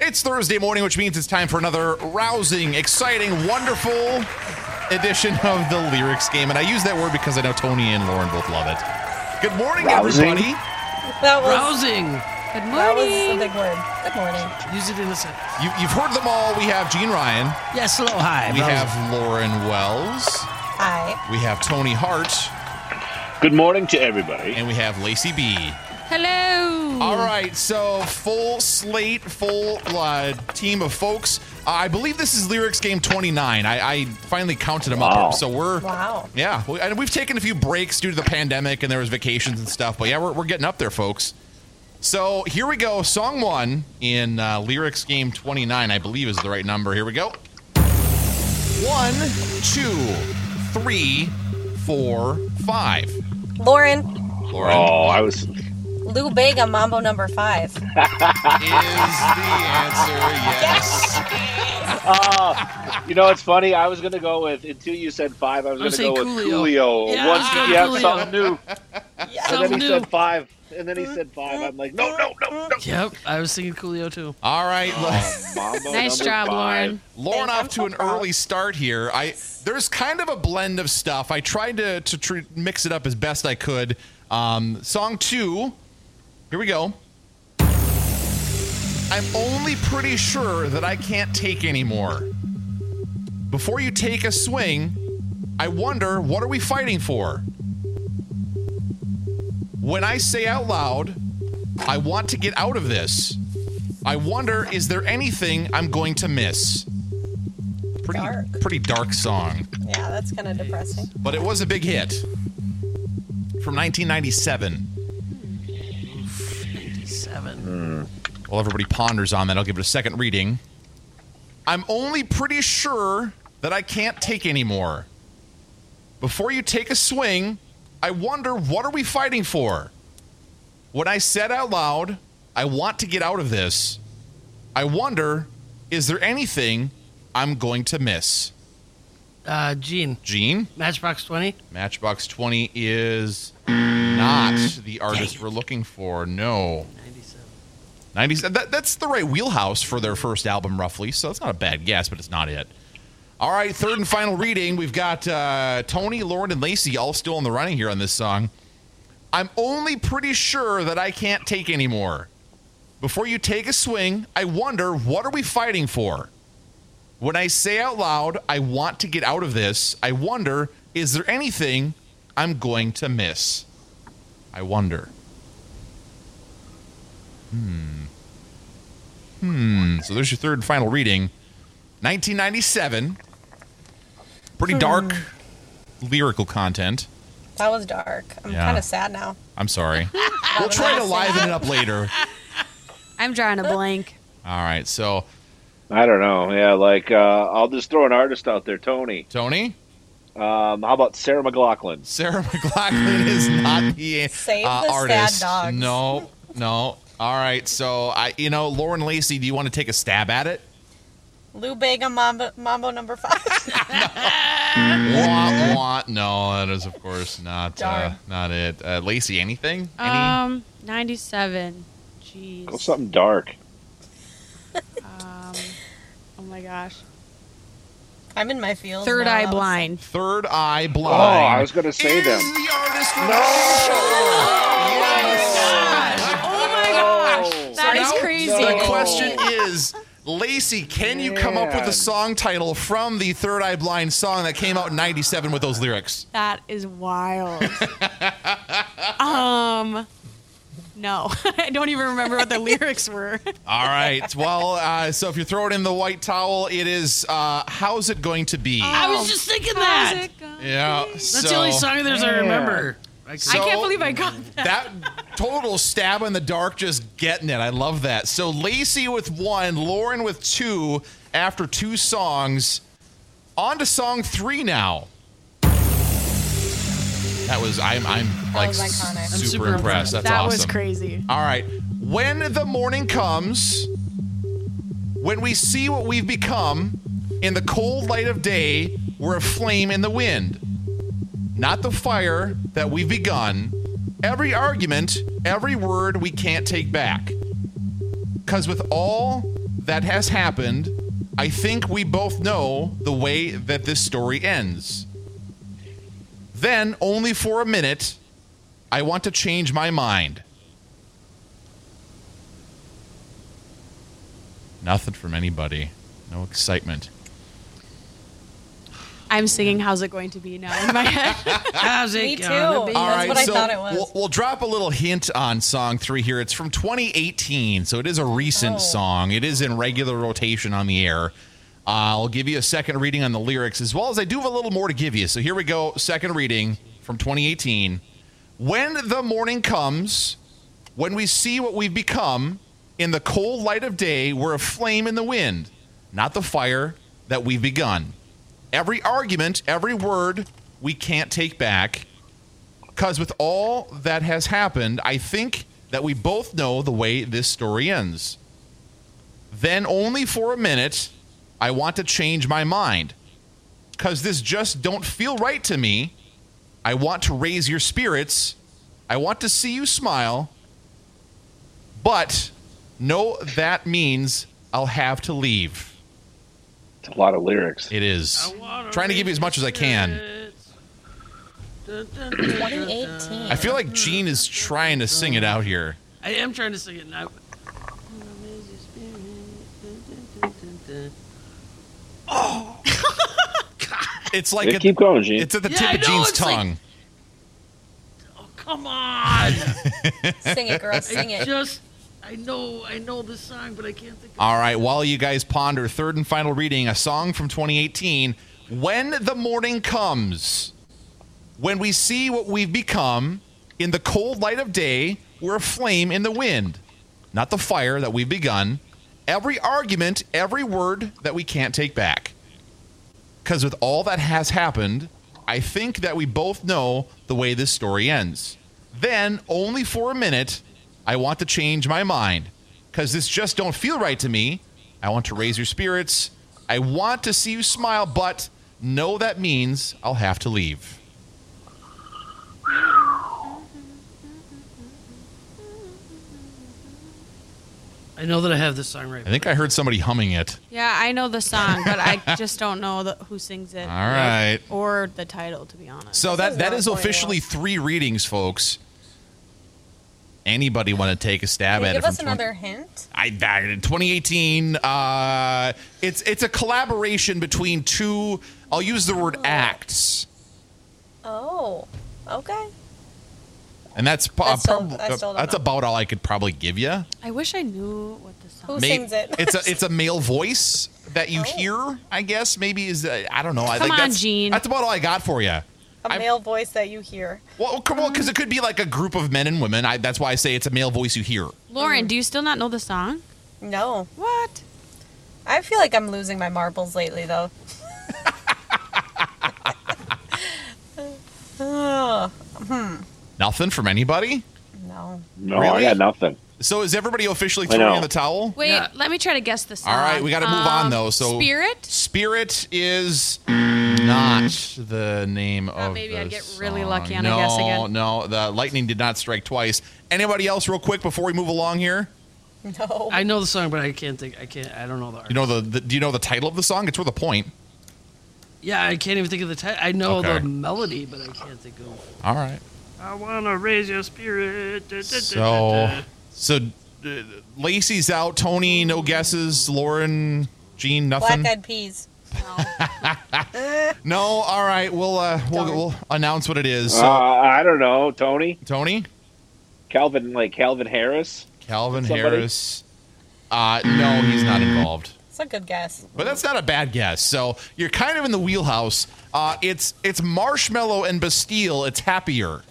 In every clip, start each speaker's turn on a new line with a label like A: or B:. A: It's Thursday morning, which means it's time for another rousing, exciting, wonderful edition of the Lyrics Game. And I use that word because I know Tony and Lauren both love it. Good morning,
B: Rousing?
A: everybody.
C: That was
D: Rousing.
C: good That was a
E: morning.
C: big word. Good morning.
D: Use it in a sentence.
A: You, you've heard them all. We have Gene Ryan.
D: Yes, hello, hi.
A: We
D: rousing.
A: have Lauren Wells.
C: Hi.
A: We have Tony Hart.
B: Good morning to everybody.
A: And we have Lacey B.
E: Hello.
A: All right, so full slate, full uh, team of folks. Uh, I believe this is Lyrics Game 29. I, I finally counted them
B: Wow.
A: up. So we're.
C: Wow.
A: Yeah, we, and we've taken a few breaks due to the pandemic and there was vacations and stuff, but yeah, we're, we're getting up there, folks. So here we go. Song one in uh, lyrics game 29, I believe is the right number. Here we go. One, two, three, four, five.
C: Lauren,
A: Lauren
B: Oh, I was.
C: Lou Bega, Mambo number five.
A: is the answer. Yes.
B: You know, it's funny. I was gonna go with until you said five. I was
D: I was
B: gonna go with
D: saying Coolio.
B: Coolio.
D: Yeah,
B: Once
E: Ah,
D: I was
B: he had
D: going
B: something new, and then
D: Something
B: he
D: new.
B: said five, and then he said five. I'm like, no, no, no, no.
D: Yep, I was thinking Coolio too.
A: All right. Lauren-
B: Mambo
E: nice
B: number
E: job,
B: five.
E: Lauren.
A: Lauren
C: Thanks,
A: off
C: I'm
A: to
C: so
A: an
C: proud.
A: early start here. I there's kind of a blend of stuff. I tried to to tr- mix it up as best I could. Um, song two, here we go. I'm only pretty sure that I can't take anymore. Before you take a swing, I wonder what are we fighting for. When I say out loud, I want to get out of this. I wonder, is there anything I'm going to miss? Pretty,
C: Dark.
A: pretty dark song,
C: Yeah, that's kind of depressing.
A: but it was a big hit from 1997.
D: Seven.
A: While everybody ponders on that, I'll give it a second reading. I'm only pretty sure that I can't take anymore. Before you take a swing, I wonder what are we fighting for? When I said out loud, I want to get out of this. I wonder, is there anything I'm going to miss?
D: Uh, Gene,
A: Gene?
D: Matchbox 20.
A: Matchbox 20 is not the artist we're looking for. No.
D: 97.
A: 90s. That, that's the right wheelhouse for their first album, roughly. So that's not a bad guess, but it's not it. All right, third and final reading. We've got uh, Tony, Lauren, and Lacey all still on the running here on this song. I'm only pretty sure that I can't take anymore. Before you take a swing, I wonder what are we fighting for? When I say out loud, I want to get out of this, I wonder, is there anything I'm going to miss? I wonder. Hmm. Hmm. So there's your third and final reading. 1997. Pretty dark lyrical content.
C: That was dark. I'm
A: Yeah.
C: kind of sad now.
A: I'm sorry. we'll try to liven it up later.
E: I'm drawing a blank.
A: All right. So,
B: I don't know. Yeah, like uh, I'll just throw an artist out there. Tony.
A: Tony,
B: Um, how about Sarah McLaughlin?
A: Sarah McLaughlin is not the uh,
C: Save the sad
A: artist.
C: dogs.
A: No, no. All right. So, I, you know, Lauren Lacey, do you want to take a stab at it?
C: Lou Bega, Mambo, Mambo number five.
A: Wah, wah. No, that is, of course, not uh,
C: Darn.
A: not it. Uh, Lacey, anything? Any?
E: Um, 97. Jeez.
B: Go something dark.
E: Um, oh my gosh.
C: I'm in my field.
E: Third eye blind.
A: Third Eye Blind.
B: Oh, I was gonna say
A: is
B: them.
A: the artist for the show. Yes.
E: Oh my gosh.
B: Oh.
E: That
A: Now,
E: is crazy.
A: The question is, Lacey, can you come up with a
B: Man.
A: song title from the Third Eye Blind song that came out in '97 with those lyrics?
E: That is wild. um, no, I don't even remember what the lyrics were.
A: All right. Well, uh, so if you're throwing in the white towel, it is uh, "How's It Going to Be."
D: I was just thinking that.
A: yeah.
D: Oh. That's the only song of theirs I
B: Yeah.
D: remember. I
A: So-
E: I can't believe I got that.
A: that total stab in the dark just getting it i love that so lacey with one lauren with two after two songs on to song three now that was i'm i'm like
C: was iconic.
A: super,
C: I'm
D: super
A: impressed
D: impressed.
A: that's
E: that
A: awesome
E: was crazy.
A: all right when the morning comes when we see what we've become in the cold light of day we're a flame in the wind not the fire that we've begun. Every argument, every word we can't take back. Because with all that has happened. I think we both know the way that this story ends. Then, only for a minute, I want to change my mind. Nothing from anybody. No excitement.
E: I'm singing "How's It Going to Be Now" in my head.
D: How's it
C: Me too.
D: gonna be?
C: All That's what I thought it was.
A: We'll, we'll drop a little hint on song three here. It's from 2018, so it is a recent
C: Oh.
A: song. It is in regular rotation on the air. Uh, I'll give you a second reading on the lyrics as well as I do have a little more to give you. So here we go. Second reading from 2018. When the morning comes, when we see what we've become, in the cold light of day, we're a flame in the wind, not the fire that we've begun. Every argument, every word we can't take back. Because with all that has happened, I think that we both know the way this story ends. Then, only for a minute, I want to change my mind. Because this just don't feel right to me. I want to raise your spirits. I want to see you smile. But no, that means I'll have to leave.
B: It's a lot of lyrics.
A: It is. Trying to give you as much as I can.
C: 2018.
A: I feel like Gene is trying to sing it out here.
D: I am trying to sing it now.
A: It's like
B: Yeah,
A: at-
B: keep going, Gene.
A: It's at the
D: Yeah,
A: tip
D: I
A: of
D: know,
A: Gene's
D: it's like-
A: tongue.
D: Oh, come on.
C: Sing it, girl. Sing
D: I
C: it.
D: just, I know, I know this song, but I can't think of
A: All right, while you guys ponder, third and final reading, a song from 2018 When the Morning Comes. When we see what we've become, in the cold light of day, we're a flame in the wind, not the fire that we've begun. Every argument, every word that we can't take back. Because with all that has happened, I think that we both know the way this story ends. Then, only for a minute, I want to change my mind. Because this just don't feel right to me. I want to raise your spirits. I want to see you smile, but no, that means I'll have to leave.
D: I know that I have this song right.
A: I think I heard somebody humming it.
E: yeah, I know the song, but I just don't know the, who sings it.
A: All right.
E: Or the title, to be honest.
A: So that,
C: is
A: that
C: not
A: is
C: going
A: officially three readings, folks. Anybody want to take a stab
C: Can you
A: at
C: give
A: it?
C: us
A: from 20
C: another hint?
A: I, I 2018. Uh, it's it's a collaboration between two. I'll use the word acts,
C: Oh, okay.
A: and that's, po-
C: I still-
A: prob-
C: I still don't
A: that's
C: know.
A: about all I could probably give you.
E: I wish I knew what the song.
C: Who
A: May-
C: sings it?
A: It's a it's a male voice that you
C: Oh.
A: hear. I guess maybe is uh, I don't know. I
E: Come
A: think
E: on,
A: that's,
E: Gene.
A: That's about all I got for you.
C: A
A: I'm-
C: male voice that you hear.
A: Well, come
C: Mm.
A: on, because it could be like a group of men and women. I, that's why I say it's a male voice you hear.
E: Lauren, do you still not know the song?
C: No.
E: What?
C: I feel like I'm losing my marbles lately, though. Ugh,
A: Nothing from anybody.
C: no.
B: no,
A: Really?
B: I got nothing.
A: So is everybody officially
B: I know.
A: throwing in the towel?
E: Wait,
D: Yeah.
E: let me try to guess the song. Um,
A: All right, we got to move on though. So
E: Spirit.
A: Spirit is not the name
E: Thought
A: of.
E: Ah, maybe
A: the
E: I'd get really
A: song.
E: lucky on a
A: no,
E: guess again.
A: No, the lightning did not strike twice. Anybody else, real quick, before we move along here?
C: No.
D: I know the song, but I can't think. I can't. I don't know the.
A: You know the, the do you know the title of the song? It's worth a point.
D: Yeah, I can't even think of the title. I know
A: Okay.
D: the melody, but I can't think of.
A: All right.
D: I wanna raise your spirit. da, da, da,
A: So,
D: da, da.
A: so uh, Lacey's out. Tony, no guesses. Lauren, Gene, nothing.
C: Black Eyed Peas.
A: No. All right. We'll uh, we'll,
C: Darn.
A: we'll announce what it is. So,
B: uh, I don't know, Tony.
A: Tony,
B: Calvin, like Calvin Harris.
A: Calvin
B: Somebody?
A: Harris. Uh, no, he's not involved.
C: It's a good guess.
A: But that's not a bad guess. So you're kind of in the wheelhouse. Uh, it's it's marshmallow and Bastille. It's happier.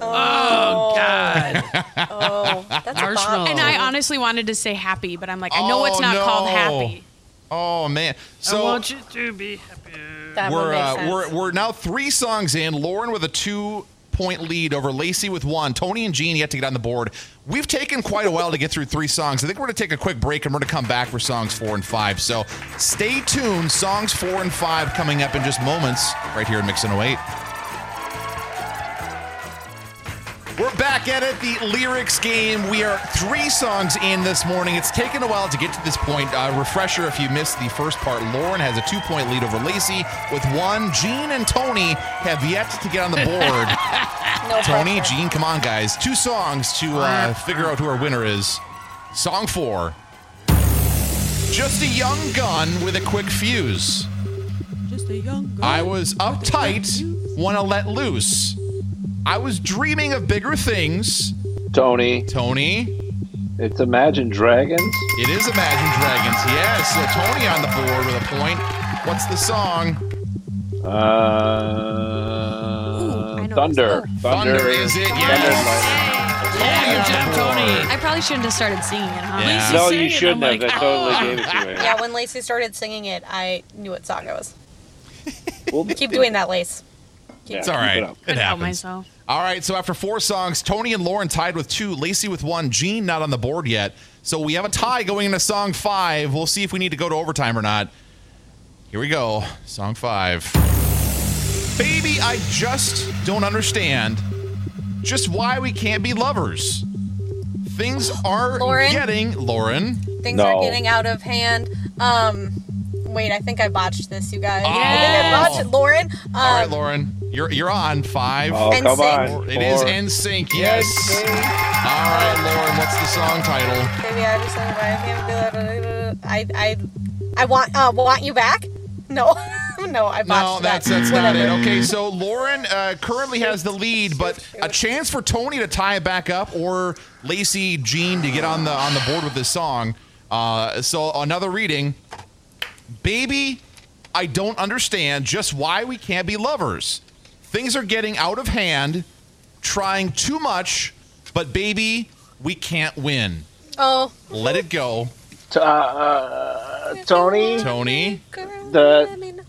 D: Oh God!
C: Oh, that's a
D: Marshmallow.
C: bomb.
E: And I honestly wanted to say happy, but I'm like, I know
A: Oh,
E: it's not
A: no.
E: called happy.
A: Oh man!
D: I
A: So
D: want you to be happier.
C: That
A: we're
C: would make
A: uh,
C: sense.
A: we're we're now three songs in. Lauren with a two point lead over Lacey with one. Tony and Gene yet to get on the board. We've taken quite a while to get through three songs. I think we're gonna take a quick break and we're gonna come back for songs four and five. So stay tuned. Songs four and five coming up in just oh moments right here in Mixin' 08. We're back Get it? The lyrics game. We are three songs in this morning. It's taken a while to get to this point. Uh, refresher if you missed the first part. Lauren has a two point lead over Lacey with one. Gene and Tony have yet to get on the board.
C: No
A: Tony,
C: pressure.
A: Gene, come on, guys. Two songs to uh, figure out who our winner is. Song four Just a Young Gun with a Quick Fuse.
E: Just a young girl.
A: I was uptight, want to let loose. I was dreaming of bigger things.
B: Tony,
A: Tony,
B: it's Imagine Dragons.
A: it is Imagine Dragons. Yes, so Tony on the board with a point. What's the song?
B: Uh,
E: Ooh, I know
B: thunder.
E: this.
A: Thunder, is it? Yes.
D: Yeah, good job, Tony.
E: I probably shouldn't have started singing it, huh?
A: Yeah.
B: No,
D: Sing
B: you
D: it,
B: shouldn't
D: I'm
B: have.
D: like,
B: I totally gave it to you.
C: Yeah, when Lacey started singing it, I knew what song it was.
B: We'll
C: Keep doing that, Lace.
B: Yeah,
A: It's all
B: keep
A: right.
B: it up.
E: Couldn't
A: It
E: help
A: happens.
E: myself.
A: All right, so after four songs, Tony and Lauren tied with two, Lacey with one, Gene not on the board yet. So we have a tie going into song five. We'll see if we need to go to overtime or not. Here we go. Song five. Baby, I just don't understand just why we can't be lovers. Things are
C: Lauren?
A: getting Lauren.
C: Things
B: No.
C: are getting out of hand. Um, wait, I think I botched this, you guys. I think
A: Yes.
C: I botched it, Lauren. Um,
A: Oh. All right, Lauren, you're you're on five.
B: Oh,
C: And
B: come
C: sing.
B: on.
A: It is
B: Four.
A: NSYNC, yes. All right, Lauren, what's the song title?
C: Baby, I just don't know why I can't be- I, I, I want, uh, want you back? No, no, I
A: No,
C: botched
A: that's
C: that.
A: that's not it.
C: Whatever.
A: Okay, so Lauren uh, currently has the lead, but a chance for Tony to tie it back up or Lacey Jean to get on the on the board with this song. Uh, so another reading, baby, I don't understand just why we can't be lovers. Things are getting out of hand, trying too much, but baby, we can't win.
C: Oh,
A: Let it go,
B: T- uh, uh, Tony.
A: Tony.
C: girl,
B: The-
C: let me know.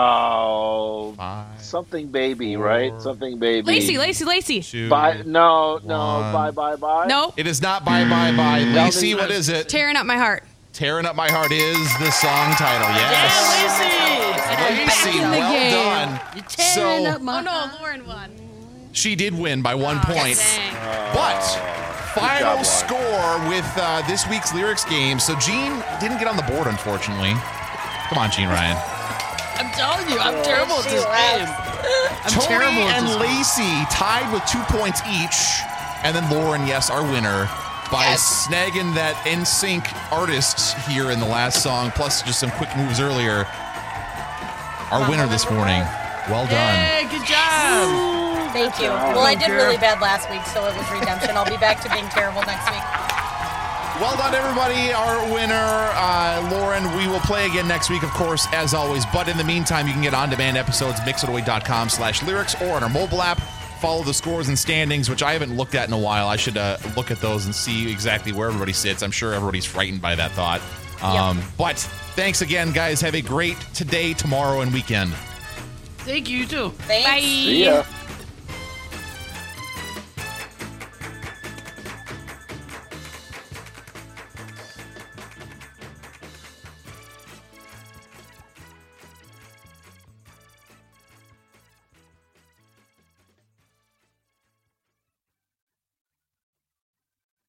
B: Oh,
A: Five,
B: something baby, right? Something baby.
E: Lacey, Lacey, Lacey.
A: two.
B: Bye. No, no.
A: One.
B: Bye, bye, bye.
E: No,
A: It is not bye bye bye. Lacey, what is it?
E: tearing up my heart.
A: Tearing Up My Heart is the song title. Yes.
D: Yeah,
A: Lacey,
E: in the
A: well
E: game.
A: done.
D: Lacey.
A: So
E: Oh no, Lauren won.
A: she did win by
E: Oh,
A: one point.
E: Dang.
A: But final
B: Lauren.
A: score with uh, this week's lyrics game. So Gene didn't get on the board, unfortunately. Come on, Gene Ryan.
D: I'm telling you, I'm terrible at
C: She
D: this game.
C: laughs.
D: I'm
A: Tony
D: terrible at
A: and
D: this game.
A: Lacey tied with two points each. And then Lauren, yes, our winner, by snagging that NSYNC artist here in the last song, plus just some quick moves earlier. Our winner this morning. Well done.
D: Hey, good job.
C: Thank you. Well, I did really bad last week, so it was redemption. I'll be back to being terrible next week.
A: Well done, everybody. Our winner, uh, Lauren. We will play again next week, of course, as always. But in the meantime, you can get on-demand episodes mixitaway.com slash lyrics or on our mobile app. Follow the scores and standings, which I haven't looked at in a while. I should uh, look at those and see exactly where everybody sits. I'm sure everybody's frightened by that thought. Um, But thanks again, guys. Have a great today, tomorrow, and weekend.
D: Thank you, you too.
C: Thanks.
E: Bye.
B: See ya.